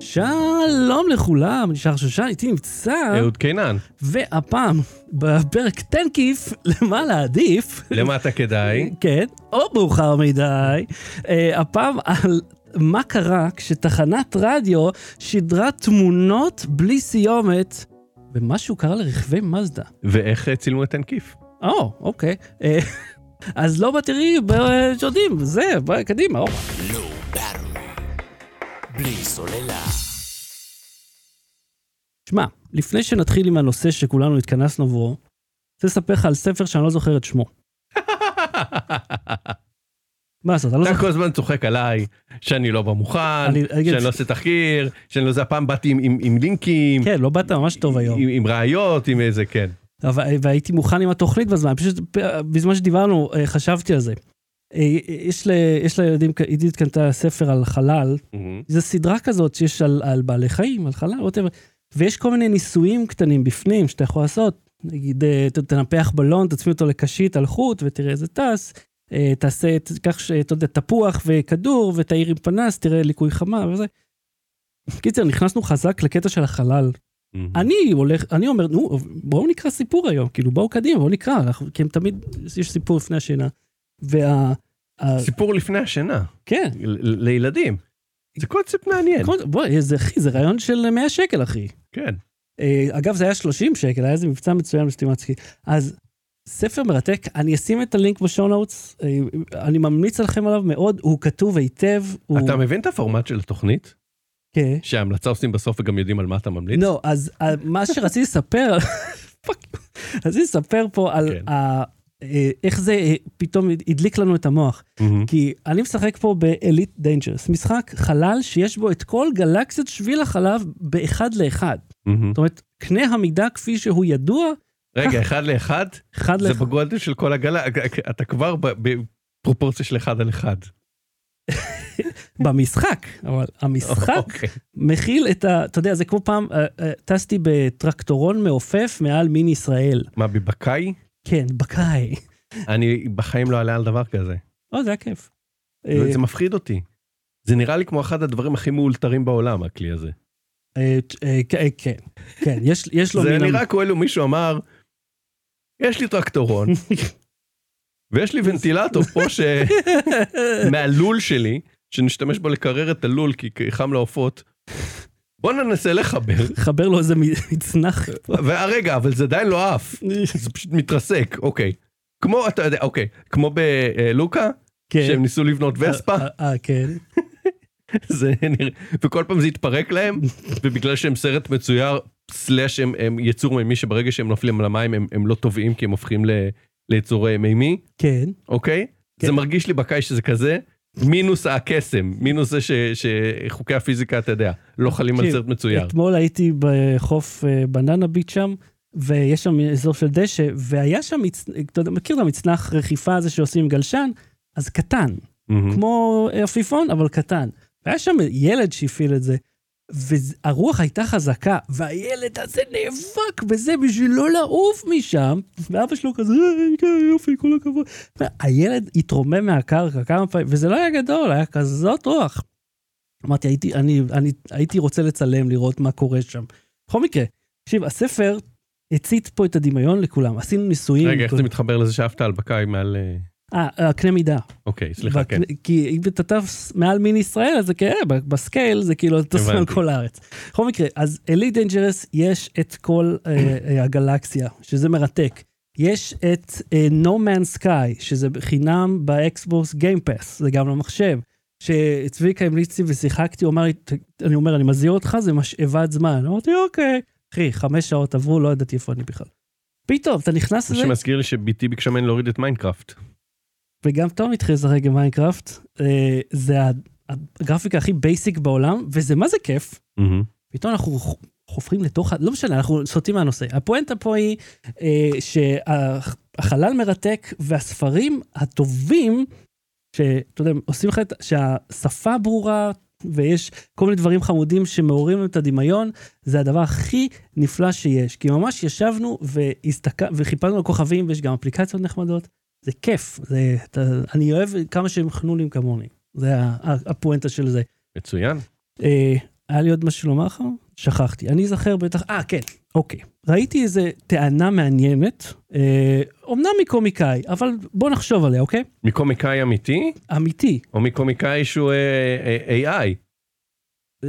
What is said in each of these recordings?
שלום לכולם, נשאר שושן, איתי נמצא, אהוד קינן, והפעם, בפרק תן כיף, למה להעדיף, למטה כדאי. כן, או מאוחר מדי, אה, הפעם על מה קרה כשתחנת רדיו שידרה תמונות בלי סיומת, ומשהו קרה לרכבי מזדה. ואיך אה, צילמו את תנקיף? או, אוקיי. אה, אז לא בתראי, יודעים, זה, בואי, קדימה, אור. בלי סוללה. שמע, לפני שנתחיל עם הנושא שכולנו התכנסנו בו, אני רוצה לספר לך על ספר שאני לא זוכר את שמו. מה לעשות, אני לא אתה זוכר. כל הזמן צוחק עליי שאני לא במוכן, אני- אני אגיד- שאני לא עושה תחקיר, שאני לא זה, הפעם באתי עם- עם עם לינקים, כן, לא באת ממש טוב היום. עם- עם ראיות, עם איזה, כן. אבל, אה, והייתי מוכן עם התוכנית בזמן, פשוט פ- בזמן שדיברנו אה, חשבתי על זה. אה, יש, ל, יש לילדים, כ- עידית קנתה ספר על חלל, זו סדרה כזאת שיש על, על בעלי חיים, על חלל, ווטאבר, ויש כל מיני ניסויים קטנים בפנים שאתה יכול לעשות. נגיד, אה, ת- תנפח בלון, תצמיד אותו לקשית על חוט ותראה איזה טס. אה, תעשה, ת- קח, ש- אתה יודע, תפוח וכדור ותאיר עם פנס, תראה ליקוי חמה וזה. קיצר, נכנסנו חזק לקטע של החלל. אני הולך, אני אומר, נו, בואו נקרא סיפור היום, כאילו, בואו קדימה, בואו נקרא, אנחנו, כי הם תמיד, יש סיפור לפני השינה. וה... ה- סיפור לפני השינה, כן. ל- ל- לילדים. זה קונספט מעניין. כמו- בואי, זה אחי, זה רעיון של 100 שקל, אחי. כן. אה, אגב, זה היה 30 שקל, היה איזה מבצע מצוין בסטימצקי. אז ספר מרתק, אני אשים את הלינק בשואונאוטס, אני ממליץ לכם עליו מאוד, הוא כתוב היטב. הוא... אתה מבין את הפורמט של התוכנית? כן. שההמלצה עושים בסוף וגם יודעים על מה אתה ממליץ? לא, אז אה, מה שרציתי לספר, פאק, רציתי לספר פה על כן. ה- אה, איך זה אה, פתאום הדליק לנו את המוח. מהמם. כי אני משחק פה באליט דיינג'רס, משחק חלל שיש בו את כל גלקסיות שביל החלב באחד לאחד. מהמם. זאת אומרת, קנה המידה כפי שהוא ידוע, רגע, אחד לאחד? אחד זה לאחד. בגודל של כל הגלה, אתה כבר ב- בפרופורציה של אחד על אחד. במשחק, אבל המשחק אוקיי. מכיל את ה... אתה יודע, זה כמו פעם, אה, אה, טסתי בטרקטורון מעופף מעל מין ישראל. מה, בבקאי? כן, בקאי. אני בחיים לא אעלה על דבר כזה. או, לא, זה היה כיף. אה. זה מפחיד אותי. זה נראה לי כמו אחד הדברים הכי מאולתרים בעולם, הכלי הזה. אה, אה, כן, כן, כן, יש- יש לו זה מין... נראה כאילו מישהו אמר, יש לי טרקטורון, ויש לי ונטילטור פה ש... מהלול שלי, שנשתמש בו לקרר את הלול כי כי חם לעופות. בוא ננסה לחבר. חבר לו איזה מצנח. פה. ורגע, אבל זה עדיין לא עף. זה פשוט מתרסק, אוקיי. כמו, אתה יודע, אוקיי, כמו בלוקה, כן. שהם ניסו לבנות וספה, אה, אה, כן. זה נראה, וכל פעם זה התפרק להם, ובגלל שהם סרט מצויר, סלאש הם, הם יצור מימי שברגע שהם נופלים על המים הם, הם לא טובעים כי הם הופכים ל, ליצור אה, מימי, כן. אוקיי? כן. זה מרגיש לי בקיץ שזה כזה, מינוס הקסם, מינוס זה ש, שחוקי הפיזיקה, אתה יודע, לא חלים על תקשיב, סרט מצויר. אתמול הייתי בחוף אה, בננה ביט שם, ויש שם אזור של דשא, והיה שם, מצ- אתה יודע, מכיר את המצנח רכיפה הזה שעושים עם גלשן? אז קטן, מהמם. כמו עפיפון, אבל קטן. והיה שם ילד שהפעיל את זה, והרוח הייתה חזקה, והילד הזה נאבק בזה בשביל לא לעוף משם, ואבא שלו כזה, "אה, כן, יופי, כל הכבוד. הילד התרומם מהקרקע כמה פעמים, וזה לא היה גדול, היה כזאת רוח. אמרתי, הייתי, אני, אני הייתי רוצה לצלם, לראות מה קורה שם. בכל מקרה, תקשיב, הספר הצית פה את הדמיון לכולם, עשינו ניסויים. רגע, איך זה מתחבר לזה שאפת על בקאי מעל... אה, אה, הקנה מידה. אוקיי, סליחה, כן. בק- כי אם אתה טס מעל מין ישראל, אז זה כאילו, בסקייל זה כאילו, אתה טס מעל הבנתי. כל הארץ. בכל מקרה, אז אלי דנג'רס יש את כל אה, אה, הגלקסיה, שזה מרתק. יש את אה, No Man's Sky, שזה חינם באקסבוס גיימפס, זה גם למחשב. שצביקה המליץ לי ושיחקתי, הוא אמר לי, "ת- אני אומר, אני מזהיר אותך, זה משאבת זמן. אמרתי, אוקיי. אחי, חמש שעות עברו, לא ידעתי איפה אני בכלל. פתאום, אתה נכנס זה לזה, שמזכיר לי שבתי ביקשה ממני להוריד את מיינקראפט. וגם תום התחיל לשחק במיינקראפט, אה, זה ה- הגרפיקה הכי בייסיק בעולם, וזה מה זה כיף. פתאום אנחנו ח- חופרים לתוך, ה- לא משנה, אנחנו סוטים מהנושא. הפואנטה פה היא אה, שהחלל מרתק והספרים הטובים, שאתה יודע, עושים לך את, שהשפה ברורה, ויש כל מיני דברים חמודים שמעוררים לנו את הדמיון, זה הדבר הכי נפלא שיש. כי ממש ישבנו והסתכל, וחיפשנו על כוכבים, ויש גם אפליקציות נחמדות. זה כיף, זה, אתה, אני אוהב כמה שהם חנונים כמוני. זה ה- ה- הפואנטה של זה. מצוין. אה, היה לי עוד משהו לומר לך? שכחתי. אני אזכר בטח... אה, כן, אוקיי. ראיתי איזו טענה מעניינת, אה, אומנם מקומיקאי, אבל בוא נחשוב עליה, אוקיי? מקומיקאי אמיתי, אמיתי. או מקומיקאי שהוא אה, אה, AI?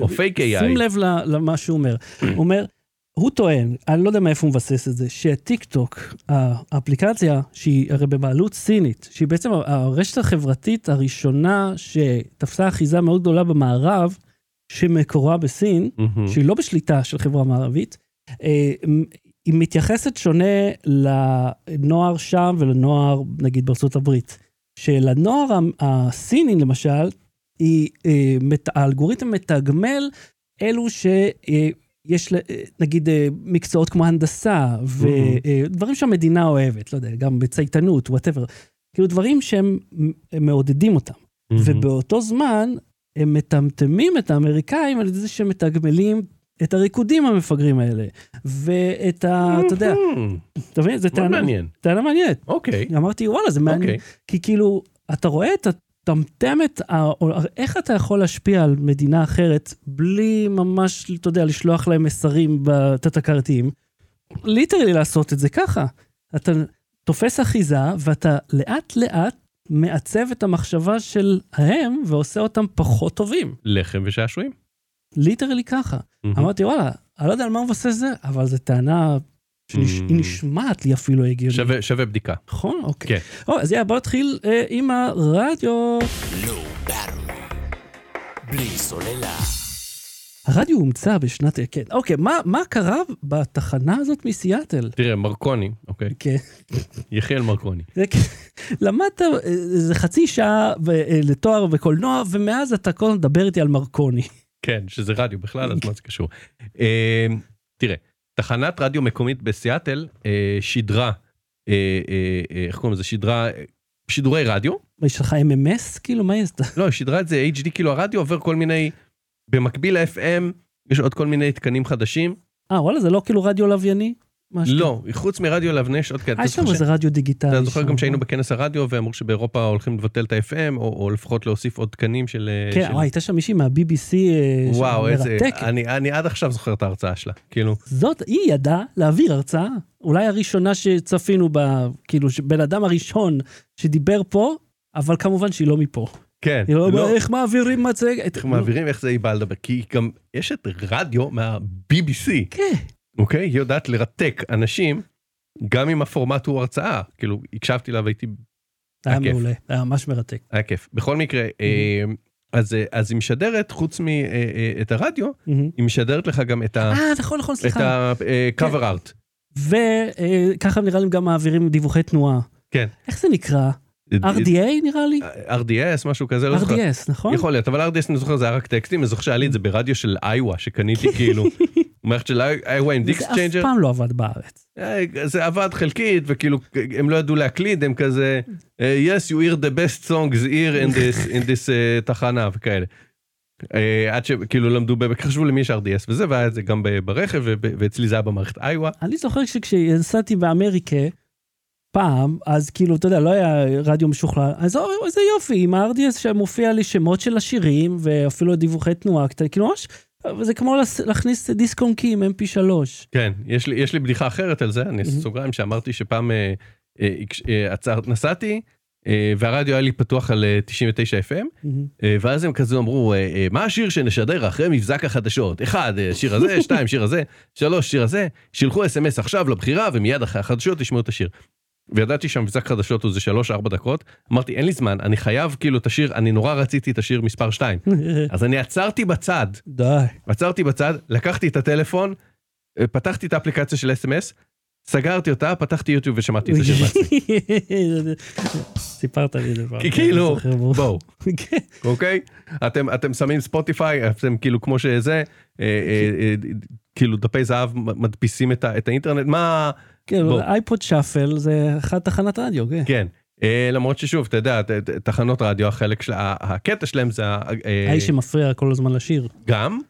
או פייק AI. שים לב ל- למה שהוא אומר. הוא אומר, הוא טוען, אני לא יודע מאיפה הוא מבסס את זה, שטיקטוק, האפליקציה, שהיא הרי בבעלות סינית, שהיא בעצם הרשת החברתית הראשונה שתפסה אחיזה מאוד גדולה במערב, שמקורה בסין, מהמם. שהיא לא בשליטה של חברה מערבית, אה, מ- היא מתייחסת שונה לנוער שם ולנוער, נגיד, בארצות הברית. שלנוער ה- הסיני, למשל, היא, אה, מת- האלגוריתם מתגמל אלו שיש, נגיד, אה, מקצועות כמו הנדסה, ודברים שהמדינה אוהבת, לא יודע, גם בצייתנות, וואטאבר. כאילו דברים שהם הם מעודדים אותם. Mm-hmm. ובאותו זמן הם מטמטמים את האמריקאים על ידי זה שהם מתגמלים את הריקודים המפגרים האלה. ואת ה... אתה יודע, מהמם. אתה מבין? זו Mm-hmm. מאוד טענה, מעניין. טענה מעניינת. אוקיי, אמרתי, וואלה, זה מעניין. אוקיי. כי כאילו, אתה רואה את הטמטמת, ה- או- איך אתה יכול להשפיע על מדינה אחרת בלי ממש, אתה יודע, לשלוח להם מסרים בתת-הכרתיים? ליטרלי לעשות את זה ככה. אתה תופס אחיזה, ואתה לאט-לאט מעצב את המחשבה של ההם, ועושה אותם פחות טובים. לחם ושעשועים. ליטרלי ככה. מהמם. אמרתי, וואלה, אני לא יודע על מה הוא מבסס זה, אבל זו טענה Mm. שהיא נשמעת לי אפילו הגיונית. שווה- שווה בדיקה. נכון? אוקיי. כן. או, אז יאללה, בוא נתחיל אה, עם הרדיו. בלי סוללה. הרדיו הומצא בשנת... כן, אוקיי, מה, מה קרה בתחנה הזאת מסיאטל? תראה, מרקוני, אוקיי, כן. יחיאל מרקוני. זה כ- למדת אה, איזה חצי שעה ו- אה, לתואר בקולנוע, ומאז אתה כל הזמן מדבר איתי על מרקוני. כן, שזה רדיו בכלל, אז מה זה קשור? אה, תראה, תחנת רדיו מקומית בסיאטל אה, שידרה, אה, אה, אה, איך קוראים לזה? שידרה אה, שידורי רדיו. מה, יש לך MMS? כאילו, מה יש? לא, היא שידרה את זה HD, כאילו הרדיו עובר כל מיני, במקביל ל-FM, יש עוד כל מיני תקנים חדשים. אה, וואלה, זה לא כאילו רדיו לווייני? משהו? לא, חוץ מרדיו לבנה יש עוד כאלה. אה, אתה יש שם זוכר איזה רדיו דיגיטלי. אתה זוכר שם. גם שהיינו בכנס הרדיו ואמרו שבאירופה הולכים לבטל את ה-FM, או, או לפחות להוסיף עוד תקנים של... אה, כן, של... וואי, הייתה שם מישהי מה-BBC אה, וואו, איזה... מרתקת. אני, אני עד עכשיו זוכר את ההרצאה שלה. כאילו, זאת, היא ידעה להעביר הרצאה, אולי הראשונה שצפינו בה, כאילו, בן אדם הראשון שדיבר פה, אבל כמובן שהיא לא מפה. כן. היא לא, איך מעבירים מצגת? איך מעבירים, איך זה היא באה לדבר? כי היא גם, יש את רדיו מה-BBC, כן. אוקיי? היא יודעת לרתק אנשים, גם אם הפורמט הוא הרצאה. כאילו, הקשבתי לה והייתי היה הכיף. מעולה, היה ממש מרתק. היה כיף. בכל מקרה, Mm-hmm. אה, אז, אה, אז היא משדרת, חוץ מאת הרדיו, היא משדרת לך גם את ה- אה, נכון, נכון, את סליחה. כן. ה-cover art. וככה נראה לי גם מעבירים דיווחי תנועה. כן. איך זה נקרא? RDA נראה לי? RDS, משהו כזה, לא זוכר. RDS, נכון? יכול להיות, אבל RDS אני זוכר זה היה רק טקסטים, אני זוכר שהיה לי את זה ברדיו של איווה, שקניתי כאילו, מערכת של איווה עם זה אף דיקסצ'יינג'ר, פעם לא עבד בארץ. זה עבד חלקית, וכאילו, הם לא ידעו להקליד, הם כזה, אה, yes, you hear the best songs here in this, in this אה, תחנה וכאלה. אה, עד שכאילו למדו, ב- חשבו למי יש RDS וזה, והיה את זה גם ב- ברכב, וב- ואצלי זה היה במערכת איווה. אני זוכר שכשנסעתי באמריקה, פעם, אז כאילו, אתה יודע, לא היה רדיו משוכלל, אז או, איזה יופי, עם ה-RDS שמופיע לי שמות של השירים, ואפילו דיווחי תנועה קטנים, כאילו ממש, זה כמו לס- להכניס דיסק און קי עם mp3. כן, יש לי, יש לי בדיחה אחרת על זה, אני אעשה Mhm. סוגריים, שאמרתי שפעם אה, אה, הקש- אה, עצר, נסעתי, אה, והרדיו היה לי פתוח על אה, 99 FM, אה, ואז הם כזה אמרו, אה, אה, מה השיר שנשדר אחרי מבזק החדשות? אחד, אה, שיר הזה, שתיים, שיר הזה, שלוש, שיר הזה, שילחו אס.אם.אס עכשיו לבחירה, ומיד אחרי החדשות תשמעו את השיר. וידעתי שהמבזק חדשות הוא זה שלוש-ארבע דקות, אמרתי, אין לי זמן, אני חייב כאילו את השיר, אני נורא רציתי את השיר מספר שתיים. אז אני עצרתי בצד, די. עצרתי בצד, לקחתי את הטלפון, אה, פתחתי את האפליקציה של אס.אם.אס, סגרתי אותה, פתחתי יוטיוב ושמעתי את השיר בעצמי. סיפרת לי את זה פעם. כן, כי כאילו, אני זוכר, ברור. בואו, כן. אוקיי? אתם, אתם שמים ספוטיפיי, אתם כאילו כמו שזה, אה, אה, אה, כאילו דפי זהב מ- מדפיסים את, ה, את האינטרנט, מה... כן, בוא. אייפוד שאפל זה אחת תחנת רדיו, כן. כן. אה, למרות ששוב, אתה יודע, ת- ת- תחנות רדיו, החלק של... ה- הקטע שלהם זה... ה- אה, האיש שמפריע כל הזמן לשיר. גם, אה,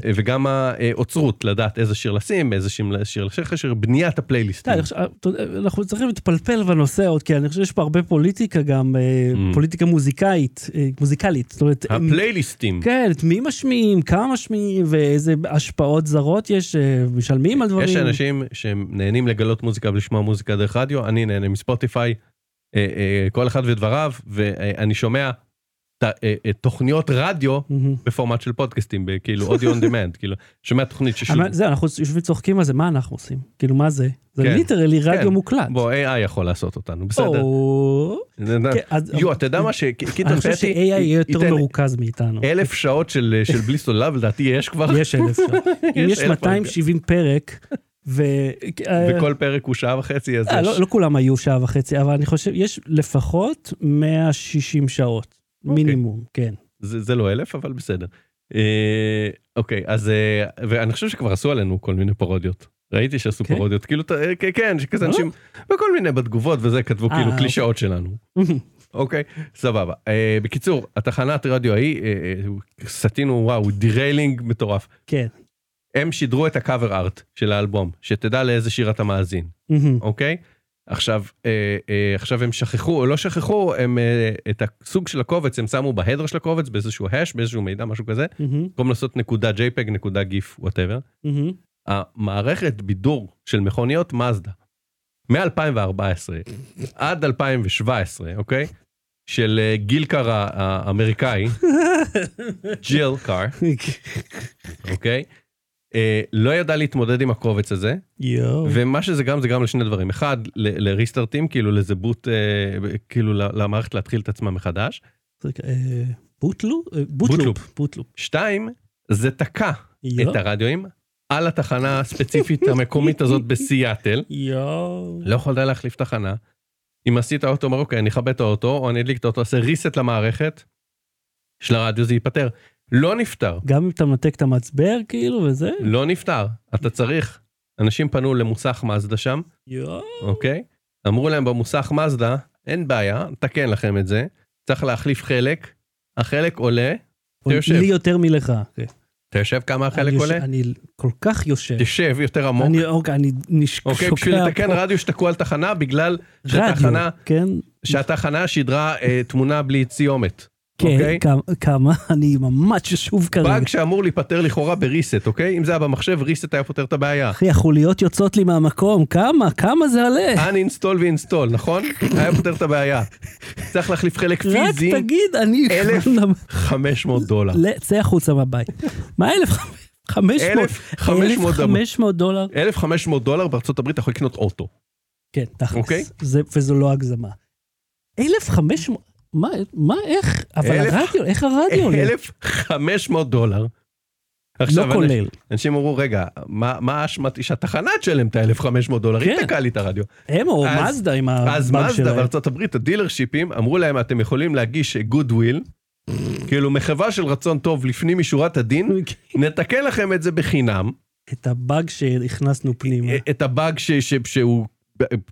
כן. וגם האוצרות, לדעת איזה שיר לשים, איזה שיר- שיר לשיר חשר, בניית אתה הפלייליסטים. יודע, אני חושב- כן, אתה יודע, אנחנו צריכים להתפלפל בנושא עוד, כי אני חושב שיש פה הרבה פוליטיקה גם, אה, Mm. פוליטיקה מוזיקאית, אה, מוזיקלית. זאת אומרת, אה, הפלייליסטים. כן, את מי משמיעים, כמה משמיעים, ואיזה השפעות זרות יש, אה, משלמים על דברים. יש אנשים שהם נהנים לגלות מוזיקה ולשמוע מוזיקה דרך רדיו, אני נהנה מספוטיפיי, אה, אה, כל אחד ודבריו, ואני שומע ת- אה, אה, תוכניות רדיו מהמם. בפורמט של פודקאסטים, ב- כאילו אודיו און דמנד, כאילו, שומע תוכנית ששוב, אבל זהו, אנחנו יושבים צוחקים על זה, מה אנחנו עושים? כאילו, מה זה? זה כן. ליטרלי רדיו כן. מוקלט. בוא, AI יכול לעשות אותנו, בסדר. או... זה- זה- כן, אז- יו, אתה יודע מה, שקיטר אני חושב ש-AI יהיה יותר מרוכז מאיתנו. אלף שעות של של בלי סוללה, ולדעתי יש כבר, יש אלף שעות. אם יש אלף 270 פרק, ו... וכל פרק הוא שעה וחצי, אז אה, יש. לא, לא כולם היו שעה וחצי, אבל אני חושב, יש לפחות 160 שעות, אוקיי. מינימום, כן. זה, זה לא אלף, אבל בסדר. אה, אוקיי, אז... אה, ואני חושב שכבר עשו עלינו כל מיני פרודיות. ראיתי שעשו כן? פרודיות, כאילו, ת- אה, כן, כן, שכזה אה? אנשים, וכל מיני בתגובות וזה, כתבו אה, כאילו אוקיי. קלישאות שלנו. אוקיי, סבבה. אה, בקיצור, התחנת רדיו ההיא, אה, אה, סטינו, וואו, דיריילינג מטורף. כן. הם שידרו את הקאבר ארט של האלבום, שתדע לאיזה שיר אתה מאזין, מהמם. אוקיי? עכשיו, אה, אה, עכשיו הם שכחו, או לא שכחו, הם, אה, את הסוג של הקובץ, הם שמו בהדר של הקובץ, באיזשהו hash, באיזשהו מידע, משהו כזה, מהמם. במקום לעשות נקודה JPEG, נקודה GIF, וואטאבר, מהמם. המערכת בידור של מכוניות מזדה, מ-2014 עד 2017, אוקיי? של אה, גיל קאר ה- האמריקאי, ג'יל קאר, אוקיי? אה, לא ידע להתמודד עם הקובץ הזה, יואו. ומה שזה גם, זה גם לשני דברים. אחד, ל- לריסטארטים, כאילו לזה בוט, אה, כאילו ל- למערכת להתחיל את עצמה מחדש. רגע, אה, בוטלו? אה, בוטלופ. בוטלופ. בוטלופ. שתיים, זה תקע יואו. את הרדיואים על התחנה הספציפית המקומית הזאת בסיאטל. יואו. לא יכולת להחליף תחנה. אם עשית אוטו, אמר אוקיי, אני אכבה את האוטו, או אני אדליק את האוטו, אעשה reset למערכת של הרדיו, זה ייפתר. לא נפתר, גם אם אתה מנתק את המצבר, כאילו, וזה? לא נפתר. אתה צריך, אנשים פנו למוסך מזדה שם, יואו. אוקיי? אמרו להם במוסך מזדה, אין בעיה, נתקן לכם את זה, צריך להחליף חלק, החלק עולה, אתה יושב. לי יותר מלך. כן. אתה יושב כמה החלק אני יושב- עולה? אני כל כך יושב. תשב יותר עמוק, אני אוקיי, אני נשקע. אוקיי? בשביל לתקן רדיו שתקוע על תחנה, בגלל שהתחנה רדיו. כן, שהתחנה שידרה אה, תמונה בלי סיומת. כן, אוקיי? כמה- כמה, אני ממש ישוב כרגע. באג שאמור להיפתר לכאורה בריסט, אוקיי? אם זה היה במחשב, ריסט היה פותר את הבעיה. אחי, החוליות יוצאות לי מהמקום, כמה, כמה זה עלה? אה, uninstall ואינסטול, נכון? היה פותר את הבעיה. צריך להחליף חלק רק פיזי, תגיד, לא אני... 1,500 דולר. ל- צא החוצה מהבית. מה אלף? חמש מאות. 1,500 דולר. 1,500 דולר. 1,500 דולר בארצות הברית אתה יכול לקנות אוטו. כן, אוקיי. תכלס. זה- וזו לא הגזמה. 1,500... מה, מה, איך? אבל אלף- הרדיו, איך הרדיו עולה? 1,500 דולר. לא עכשיו, אנש- כולל. אנשים אמרו, רגע, מה מה האשמת היא שהתחנה תשלם את ה-1,500 דולר? היא כן. תקעה לי את הרדיו. הם או אז- מזדה עם אז הבאג מזדה שלהם. בארצות הברית, הדילר שיפים, אמרו להם, אתם יכולים להגיש גודוויל, כאילו מחווה של רצון טוב לפנים משורת הדין, נתקן לכם את זה בחינם, את הבאג שהכנסנו פנימה. את הבאג ש- ש- שהוא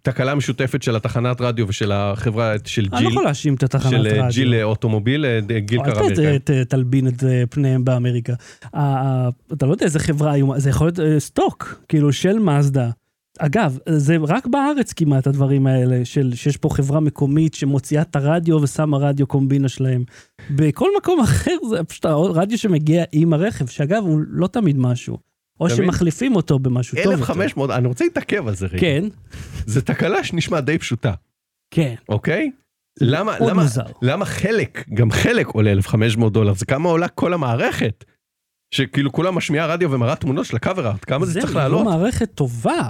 תקלה משותפת של התחנת רדיו ושל החברה של אני לא ג'יל, יכול להאשים את התחנת של אה, רדיו. ג'יל אה, אוטומוביל, אה, גיל אל ת- קרמריקה. ת- תלבין את אה, פניהם באמריקה. ה- ה- אתה לא יודע איזה חברה היום, זה יכול להיות אה, סטוק, כאילו של מזדה. אגב, זה רק בארץ כמעט הדברים האלה, של, שיש פה חברה מקומית שמוציאה את הרדיו ושמה רדיו קומבינה שלהם. בכל מקום אחר זה פשוט הרדיו שמגיע עם הרכב, שאגב, הוא לא תמיד משהו. או אתה מבין? שמחליפים אותו במשהו טוב. יותר. 1,500, אני רוצה להתעכב על זה רגע. כן, זו תקלה שנשמע די פשוטה, כן. אוקיי? למה, עוד למה, מוזר. למה חלק, גם חלק עולה 1,500 דולר? זה כמה עולה כל המערכת? שכאילו כולה משמיעה רדיו ומראה תמונות של הקאבר ארט, כמה זה, צריך לעלות? זו מערכת טובה.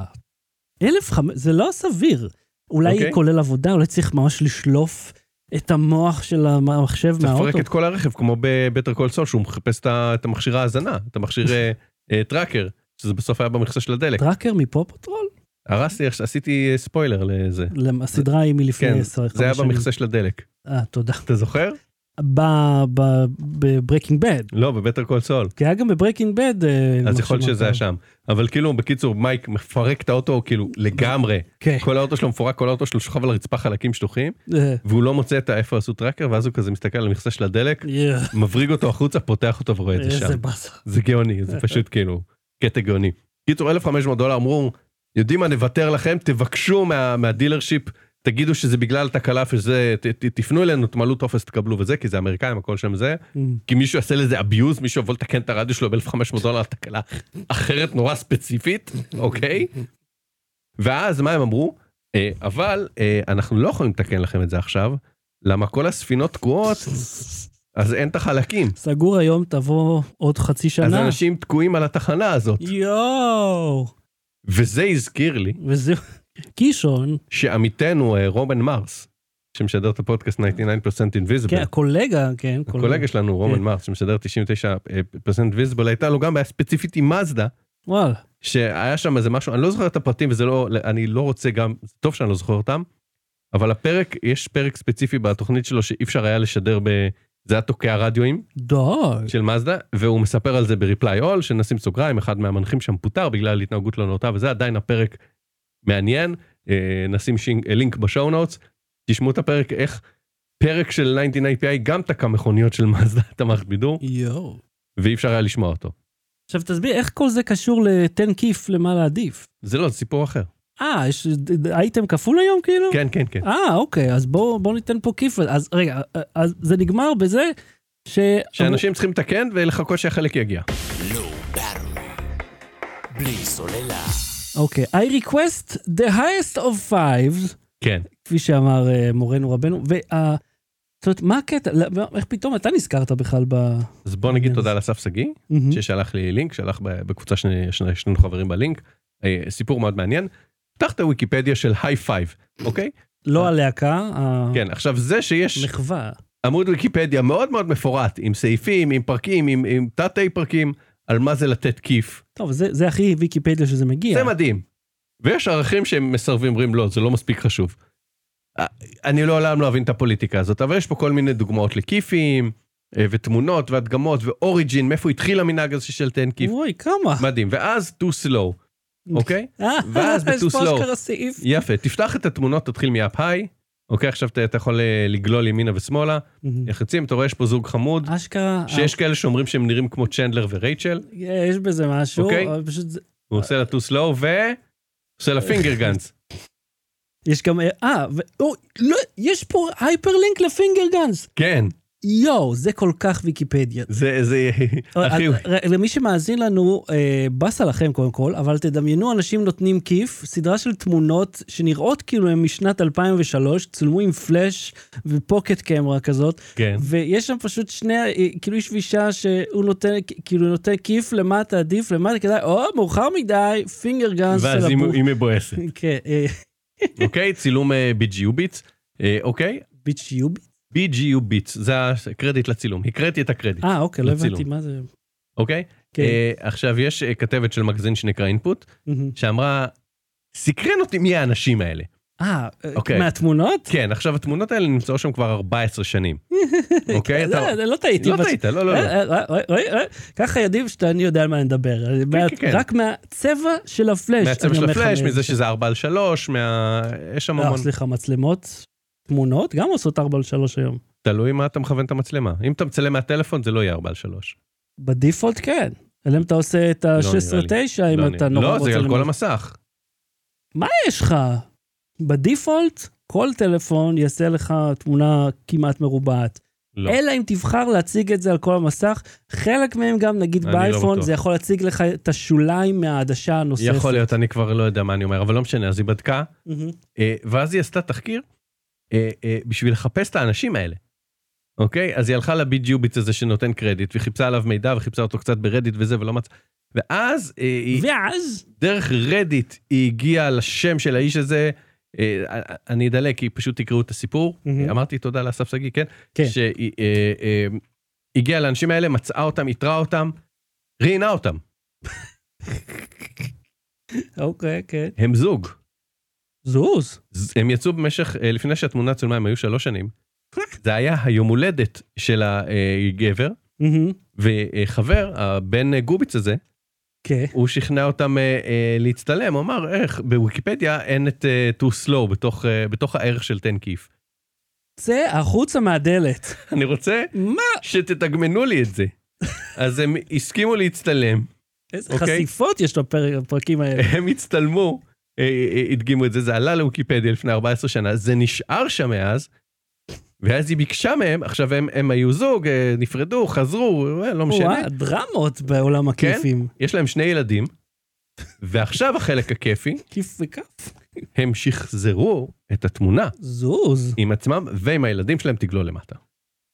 1,500, זה לא סביר. אולי אוקיי. okay. כולל עבודה, אולי צריך ממש לשלוף את המוח של המחשב מהאוטו. תפרק את כל הרכב, כמו בבטר קול סול, שהוא מחפש את ה- את המכשיר ההאזנה, את המכשיר אה, אה, טראקר, שזה בסוף היה במכסה של הדלק. טראקר מפופוטרול? הרסתי, איך- עשיתי אה, ספוילר לזה. למ- הסדרה היא מלפני כן, 10 זה היה שנים. במכסה של הדלק. אה, תודה. אתה זוכר? בברקינג בד. לא, בבטר קול סול. כי היה גם אה, בברקינג בד. אז יכול להיות שזה היה שם. אבל כאילו, בקיצור, מייק מפרק את האוטו כאילו לגמרי. כן. אה, כל האוטו שלו מפורק, כל האוטו שלו שוכב על הרצפה חלקים שטוחים, והוא לא מוצא את האיפה עשו טראקר, ואז הוא כזה מסתכל על המכסה של הדלק, אה, מבריג אותו החוצה, פותח אותו ורואה את זה שם. איזה באסה. זה גאוני, זה פשוט כאילו קטע גאוני. קיצור, 1,500 דולר אמרו, יודעים מה, נוותר לכם, תבקשו מה- מהדילרשיפ, תגידו שזה בגלל תקלה וזה, ת- ת- תפנו אלינו, תמלאו טופס, תקבלו וזה, כי זה אמריקאים, הכל שם זה. Mm. כי מישהו יעשה לזה abuse, מישהו יבוא לתקן את הרדיו שלו ב-1500 דולר על תקלה אחרת נורא ספציפית, אוקיי? ואז מה הם אמרו? אה, אבל אה, אנחנו לא יכולים לתקן לכם את זה עכשיו, למה כל הספינות תקועות, אז אין את החלקים. סגור היום, תבוא עוד חצי אז שנה. אנשים תקועים על התחנה הזאת. יואו. וזה הזכיר לי וזה... קישון, שעמיתנו אה, רומן מרס, שמשדר את הפודקאסט 99% כן, Invisible, הקולגה, כן. הקולגה שלנו רומן כן. מרס שמשדר 99% Invisible, הייתה לו גם בעיה ספציפית עם מזדה, וואלה. שהיה שם איזה משהו, אני לא זוכר את הפרטים וזה לא, אני לא רוצה גם, זה טוב שאני לא זוכר אותם, אבל הפרק, יש פרק ספציפי בתוכנית שלו שאי אפשר היה לשדר ב... זה היה תוקע רדיואים די. של מזדה, והוא מספר על זה ב-reply all, שנשים סוגריים, אחד מהמנחים שם פוטר בגלל התנהגות לא נאותה, וזה עדיין הפרק מעניין, אה, נשים שינק, אה, לינק בשואו נאוטס, תשמעו את הפרק, איך פרק של 99PI גם תקע מכוניות של מזדה, תמך בידור, יואו. ואי אפשר היה לשמוע אותו. עכשיו תסביר, איך כל זה קשור לתן כיף למה להעדיף? זה לא, זה סיפור אחר. אה, יש ד- ד- אייטם כפול היום כאילו? כן, כן, כן. אה, אוקיי, אז בואו בוא ניתן פה כיף. אז רגע, אז זה נגמר בזה ש... שאנשים צריכים לתקן ולחכות שהחלק יגיע. בלי סוללה. אוקיי, I request the highest of fives, כן. כפי שאמר אה, מורנו רבנו, וה... זאת אומרת, מה הקטע? למה- איך פתאום אתה נזכרת בכלל ב... אז בוא נגיד תודה לאסף שגיא, מהמם. ששלח לי לינק, שלח ב- בקבוצה שני- שני- שנינו חברים בלינק. אה, סיפור מאוד מעניין. פתח את הוויקיפדיה של היי פייב, אוקיי? לא הלהקה, כן, עכשיו זה שיש המחווה. עמוד ויקיפדיה מאוד מאוד מפורט, עם סעיפים, עם פרקים, עם- עם תתי פרקים, על מה זה לתת כיף. טוב, זה, זה הכי ויקיפדיה שזה מגיע. זה מדהים. ויש ערכים שהם מסרבים, אומרים לא, זה לא מספיק חשוב. אה, אני לעולם לא אבין את הפוליטיקה הזאת, אבל יש פה כל מיני דוגמאות לכיפים, אה, ותמונות, והדגמות, ואוריג'ין, מאיפה התחיל המנהג הזה של תן כיף. אוי, כמה. מדהים, ואז too slow, אוקיי? אה, ואז יש ב-too פה slow. אשכרה סעיף. יפה, תפתח את התמונות, תתחיל מאפ היי, אוקיי? עכשיו אתה אתה יכול אה, לגלול ימינה ושמאלה, מהמם. יחצים, אתה רואה יש פה זוג חמוד, Mm-hmm. אשכרה, שיש כאלה שאומרים שהם נראים כמו צ'נדלר ורייצ'ל, אה, יש בזה משהו, אוקיי. אבל פשוט זה- הוא עושה לה too slow ו... עושה לה פינגר גאנס. יש גם, אה, ו- או, לא, יש פה הייפרלינק לפינגר גאנס. כן, יואו, זה כל כך ויקיפדיה. זה, זה, אחי, אז, ר- למי שמאזין לנו, אה, באסה לכם קודם כל, אבל תדמיינו אנשים נותנים כיף, סדרה של תמונות שנראות כאילו הן משנת 2003, צולמו עם פלאש ופוקט קמרה כזאת, כן. ויש שם פשוט שני, אה, כאילו איש ואישה שהוא נותן, כאילו נותן כיף למטה, עדיף למטה, כדאי, או, מאוחר מדי, פינגר גאנס ואז על היא הפוך. היא מבואסת. כן, אה, אוקיי, צילום אה, BGU ביטס. אה, אוקיי, ביץ' יוב? BGU ביטס, זה הקרדיט לצילום. הקראתי את הקרדיט, אה, אוקיי, לא הבנתי לצילום. מה זה. אוקיי? כן. אה, עכשיו, יש אה, כתבת של מגזין שנקרא אינפוט, מהמם. שאמרה, סקרן אותי מי האנשים האלה. אה, אוקיי. מהתמונות? כן, עכשיו, התמונות האלה נמצאו שם כבר 14 שנים. אוקיי, אתה... לא, לא טעיתי. לא בס- טעית, לא, לא, לא. אה, אה, אה, אה, אה, ככה יודעים שאני יודע על מה אני מדבר. מה- כן. רק מהצבע של הפלאש. מהצבע אני של אומר לך הפלאש, מה- מזה שזה 4 על 3, מה... יש שם לא, המון... סליחה, מצלמות, תמונות, גם עושות 4 על 3 היום. תלוי מה אתה מכוון את המצלמה. אם אתה מצלם מהטלפון, זה לא יהיה 4 על 3. בדיפולט כן. אלא אם אתה עושה את ה-16-9, לא, אם נראה אתה לי. נורא לא, רוצה... זה על ללמוד. כל המסך. מה יש לך? בדיפולט, כל טלפון יעשה לך תמונה כמעט מרובעת. לא. לא. אלא אם תבחר להציג את זה על כל המסך. חלק מהם גם, נגיד אני לא באייפון, בטוח. זה יכול להציג לך את השוליים מהעדשה הנוספת. יכול להיות, אני כבר לא יודע מה אני אומר, אבל לא משנה, אז היא בדקה, מהמם. אה, ואז היא עשתה תחקיר אה, אה, בשביל לחפש את האנשים האלה. אוקיי? אז היא הלכה לביג'יוביץ הזה שנותן קרדיט, וחיפשה עליו מידע, וחיפשה אותו קצת ברדיט וזה, ולא מצאה. ואז אה, היא, ואז, דרך רדיט היא הגיעה לשם של האיש הזה, אה, אה, אני אדלג, כי פשוט תקראו את הסיפור. מהמם. אה, אמרתי תודה לאסף שגיא, כן? כן. שהיא אה, אה, הגיעה לאנשים האלה, מצאה אותם, איתרה אותם, ראיינה אותם. אוקיי, כן. הם זוג. זוז. ז- הם יצאו במשך, אה, לפני שהתמונה צולמה, הם היו שלוש שנים, זה היה היום הולדת של הגבר, מהמם. וחבר, הבן גוביץ הזה, כן. הוא שכנע אותם אה, אה, להצטלם, הוא אמר, איך, בוויקיפדיה אין את אה, too slow בתוך, אה, בתוך הערך של 10 כיף. צא החוצה מהדלת. אני רוצה מה? שתתגמנו לי את זה. אז הם הסכימו להצטלם, איזה אוקיי. אה, חשיפות יש לפרק- לפרקים האלה. הם הצטלמו, אה, אה, הדגימו את זה, זה עלה לוויקיפדיה לפני 14 שנה, זה נשאר שם מאז, ואז היא ביקשה מהם, עכשיו הם, הם היו זוג, אה, נפרדו, חזרו, אה, לא משנה, וואה, דרמות בעולם כן? הכיפים. יש להם שני ילדים, ועכשיו החלק הכיפי, כיף וכף. הם שחזרו את התמונה זוז. עם עצמם ועם הילדים שלהם תגלול למטה.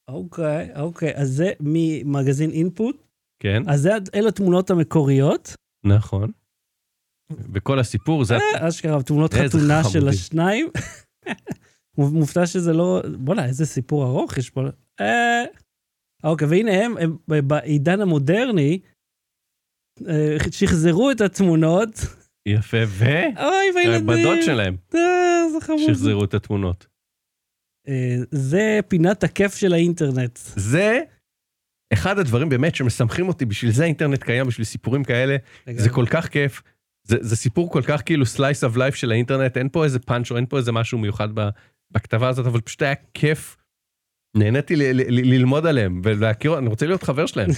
אוקיי, אוקיי. אז זה ממגזין אינפוט. כן, אז זה- אלה התמונות המקוריות. נכון. וכל הסיפור זה... אה, אשכרה, תמונות איזה חתונה של חמודים. השניים. מופתע שזה לא... בוא'נה, איזה סיפור ארוך יש פה. אה, אוקיי, והנה הם, הם ב- בעידן המודרני, אה, שחזרו את התמונות. יפה, ו... אוי, והילדים. אה, בדוד שלהם אה, איזה חמוד. שחזרו את התמונות. אה, זה פינת הכיף של האינטרנט. זה אחד הדברים באמת שמשמחים אותי, בשביל זה האינטרנט קיים, בשביל סיפורים כאלה, זה כל כך כיף. זה, זה סיפור כל כך כאילו slice of life של האינטרנט, אין פה איזה פאנץ' או אין פה איזה משהו מיוחד ב- בכתבה הזאת, אבל פשוט היה כיף. נהניתי ל- ל- ל- ללמוד עליהם ולהכיר, אני רוצה להיות חבר שלהם.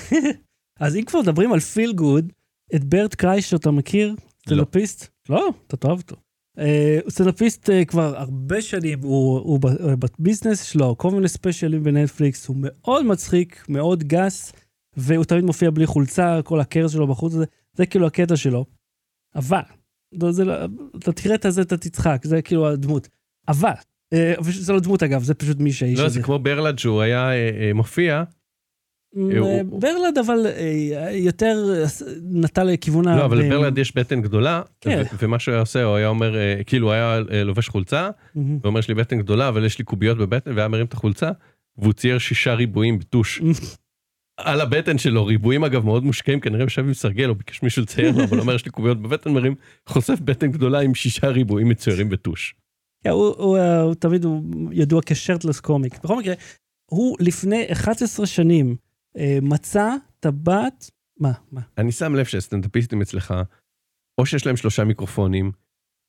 אז אם כבר מדברים על פיל גוד, את ברט קרייש שאתה מכיר, סטנדאפיסט, לא, אתה תאהב אותו. אה, הוא סטנדאפיסט אה, כבר הרבה שנים, הוא, הוא ב- אה, בביזנס שלו, כל מיני ספיישלים בנטפליקס, הוא מאוד מצחיק, מאוד גס, והוא תמיד מופיע בלי חולצה, כל הקרס שלו בחוץ הזה, זה כאילו הקטע שלו. אבל, לא, זה, לא- אתה תראה את הזה, אתה תצחק, זה כאילו הדמות. אבל, אה, אבל זה לא דמות אגב, זה פשוט מי שהאיש לא, הזה. זה כמו ברלד שהוא היה אה, אה, מופיע, אה, הוא- ברלד אבל אה, יותר אה, נטה לכיוון ה... לא, אבל ב- לברלד יש בטן גדולה, אה, אוקיי. כן. ו- ומה שהוא היה עושה, הוא היה אומר, אה, כאילו, הוא היה אה, לובש חולצה, מהמם. ואומר, יש לי בטן גדולה, אבל יש לי קוביות בבטן, והיה מרים את החולצה, והוא צייר שישה ריבועים בטוש. על הבטן שלו, ריבועים אגב מאוד מושקעים, כנראה יושב עם סרגל, או ביקש מישהו לצייר לו, אבל אומר, יש לי קוביות בבטן, מרים, חושף בטן גדולה עם שישה ריבועים מצוירים בטוש. כן, הוא- הוא אה, הוא תמיד הוא ידוע כשרטלס קומיק. בכל מקרה, הוא לפני 11 שנים אה, מצא טבעת... מה? מה? אני שם לב שהסטנדאפיסטים אצלך, או שיש להם שלושה מיקרופונים,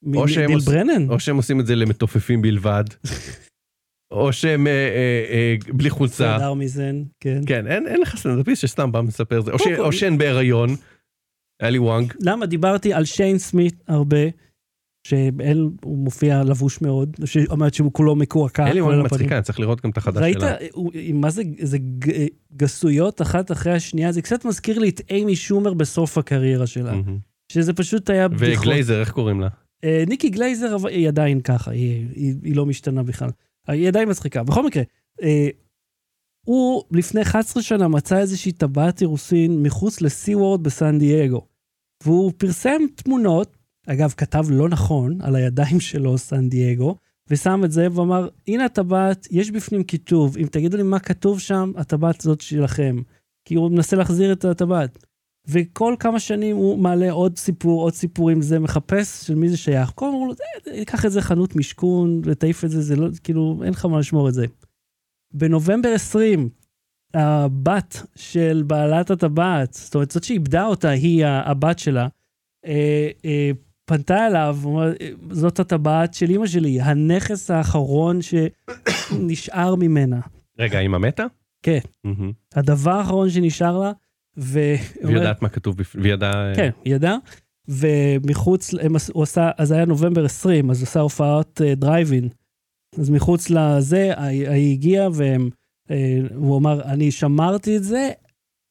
מ- או מ- שהם דיל עוש- ברנן? או שהם עושים את זה למתופפים בלבד, או שהם אה, אה, אה, בלי חולצה. סעד ארמיזן, כן. כן, אין, אין לך סטנדאפיסט שסתם בא ומספר את זה. או, ש, קודם כל- או שהן בהיריון, אלי וואנג, למה דיברתי על שיין סמית הרבה, שהוא מופיע לבוש מאוד, שאומרת שהוא כולו מקועקע. אלי כולל וואנג אה, הפנים. מצחיקה, אני צריך לראות גם את החדש ראית, שלה. הוא- מה זה, זה ג- אה, גסויות אחת אחרי השנייה, זה קצת מזכיר לי את אימי שומר בסוף הקריירה שלה, מהמם. שזה פשוט היה לא. בדיחות. אה. וגלייזר, איך קוראים לה? אה, ניקי גלייזר, אבל היא עדיין ככה, היא, היא, היא לא משתנה בכלל. היא עדיין מצחיקה. בכל מקרה, אה, הוא לפני 11 שנה מצא איזושהי טבעת אירוסין מחוץ לסי וורד בסן דייגו. והוא פרסם תמונות, אגב, כתב לא נכון על הידיים שלו סן דייגו, ושם את זה ואמר, הנה הטבעת, יש בפנים כיתוב, אם תגידו לי מה כתוב שם, הטבעת זאת שלכם. כי הוא מנסה להחזיר את הטבעת. וכל כמה שנים הוא מעלה עוד סיפור, עוד סיפורים, זה מחפש של מי זה שייך. כל הזמן אמרו לו, "זה, זה, קח איזה חנות משכון ותעיף את זה, זה לא, כאילו, אין לך מה לשמור את זה. בנובמבר 20, הבת של בעלת הטבעת, זאת אומרת, זאת שאיבדה אותה, היא ה- הבת שלה, אה, אה, פנתה אליו, אמרה, "אה, זאת הטבעת של אימא שלי, הנכס האחרון שנשאר ממנה. רגע, אמא מתה? כן. מהמם. הדבר האחרון שנשאר לה, ו... והיא יודעת מה כתוב, בפ- והיא ידעה... אה, כן, היא ידעה. ומחוץ, הם, עש- הוא עשה, אז היה נובמבר 20, אז הוא עשה הופעת אה, דרייבין. אז מחוץ לזה, ההיא ההיא הגיעה, והם, אה, הוא אמר, אני שמרתי את זה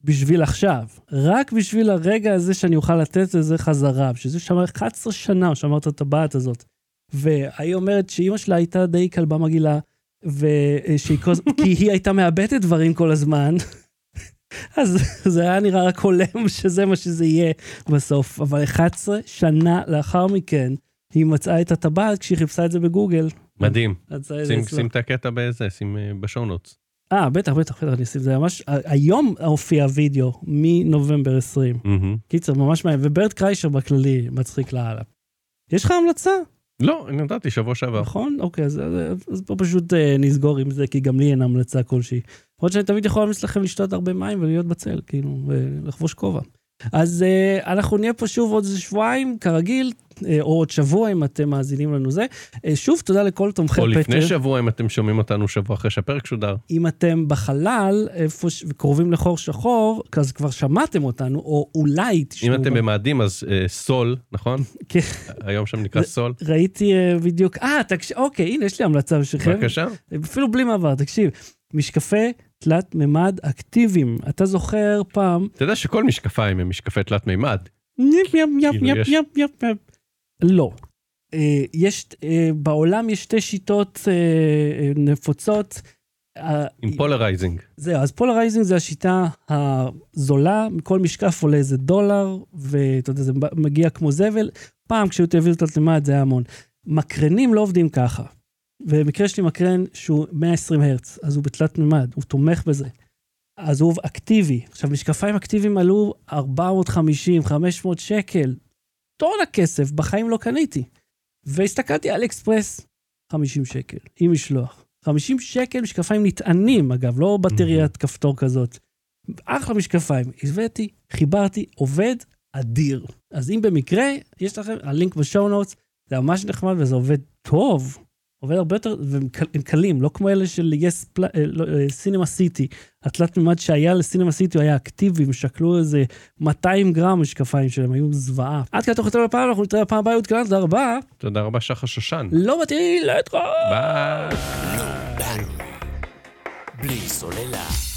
בשביל עכשיו. רק בשביל הרגע הזה שאני אוכל לתת את זה חזרה. בשביל זה שמר 11 שנה, הוא שמר את הטבעת הזאת. והיא אומרת שאימא שלה הייתה די כלבה מגעילה, ושהיא כל... כי היא הייתה מאבדת דברים כל הזמן. אז זה היה נראה רק הולם שזה מה שזה יהיה בסוף. אבל 11 שנה לאחר מכן, היא מצאה את הטבעת כשהיא חיפשה את זה בגוגל. מדהים. אז זה- שים- אה, זה- שים את הקטע בזה, שים אה, בשואונוטס. אה, בטח, בטח, בטח, אני אשים את זה ממש, היום הופיע וידאו מנובמבר 20. מהמם. קיצר, ממש מהר, וברד קריישר בכללי מצחיק לאללה. יש לך המלצה? לא, אני נתתי שבוע שעבר. נכון? אוקיי, אז, אז פה פשוט אה, נסגור עם זה, כי גם לי אין המלצה כלשהי. למרות שאני תמיד יכול להמליץ לכם לשתות הרבה מים ולהיות בצל, כאילו, ולחבוש כובע. אז אה, אנחנו נהיה פה שוב עוד שבועיים, כרגיל, אה, או עוד שבוע, אם אתם מאזינים לנו זה. אה, שוב, תודה לכל תומכי או לפני פטר. שבוע, אם אתם שומעים אותנו שבוע אחרי שהפרק שודר. אם אתם בחלל, איפה ש... קרובים לחור שחור, אז כבר שמעתם אותנו, או אולי תשמעו. אם אתם בנו. במאדים, אז אה, סול, נכון? כן. היום שם נקרא סול. ראיתי אה, בדיוק, אה, תקשיב, אוקיי, הנה, יש לי המלצה בשבילכם. בבקשה. אפילו בלי מעבר, תקשיב. משקפי תלת מימד אקטיביים. אתה זוכר פעם... אתה יודע שכל משקפיים הם משקפי תלת מימד. יפ יפ יפ כאילו, יפ יש- יפ יפ יפ. לא. אה, יש, אה, בעולם יש שתי שיטות אה, אה, נפוצות. אה, עם פולרייזינג. זהו, אז פולרייזינג זה השיטה הזולה, כל משקף עולה איזה דולר, ואתה יודע, זה מגיע כמו זבל. פעם כשהיו טלוויזיות תלת-מימד זה היה המון. מקרנים לא עובדים ככה. במקרה שלי מקרן שהוא 120 הרץ, אז הוא בתלת-מימד, הוא תומך בזה. אז הוא אקטיבי. עכשיו, משקפיים אקטיביים עלו 450, 500 שקל. טון הכסף, בחיים לא קניתי. והסתכלתי על אקספרס, 50 שקל, עם משלוח. 50 שקל משקפיים נטענים, אגב, לא בטריית כפתור כזאת. אחלה משקפיים. הבאתי, חיברתי, עובד, אדיר. אז אם במקרה, יש לכם, הלינק בשואו נוטס, זה ממש נחמד וזה עובד טוב. עובד הרבה יותר, והם קל- הם קלים, לא כמו אלה של יס, פל- אה, לא, אה, סינמה סיטי. התלת מימד שהיה לסינמה סיטי הוא היה אקטיבי, הם שקלו איזה 200 גרם משקפיים שלהם, היו זוועה. עד כאן תוכנית הפעם, אנחנו נתראה בפעם הבאה, עוד כאן, תודה רבה. תודה רבה, שחר שושן. לא מתאים, לא יתרון. ביי. בלי סוללה.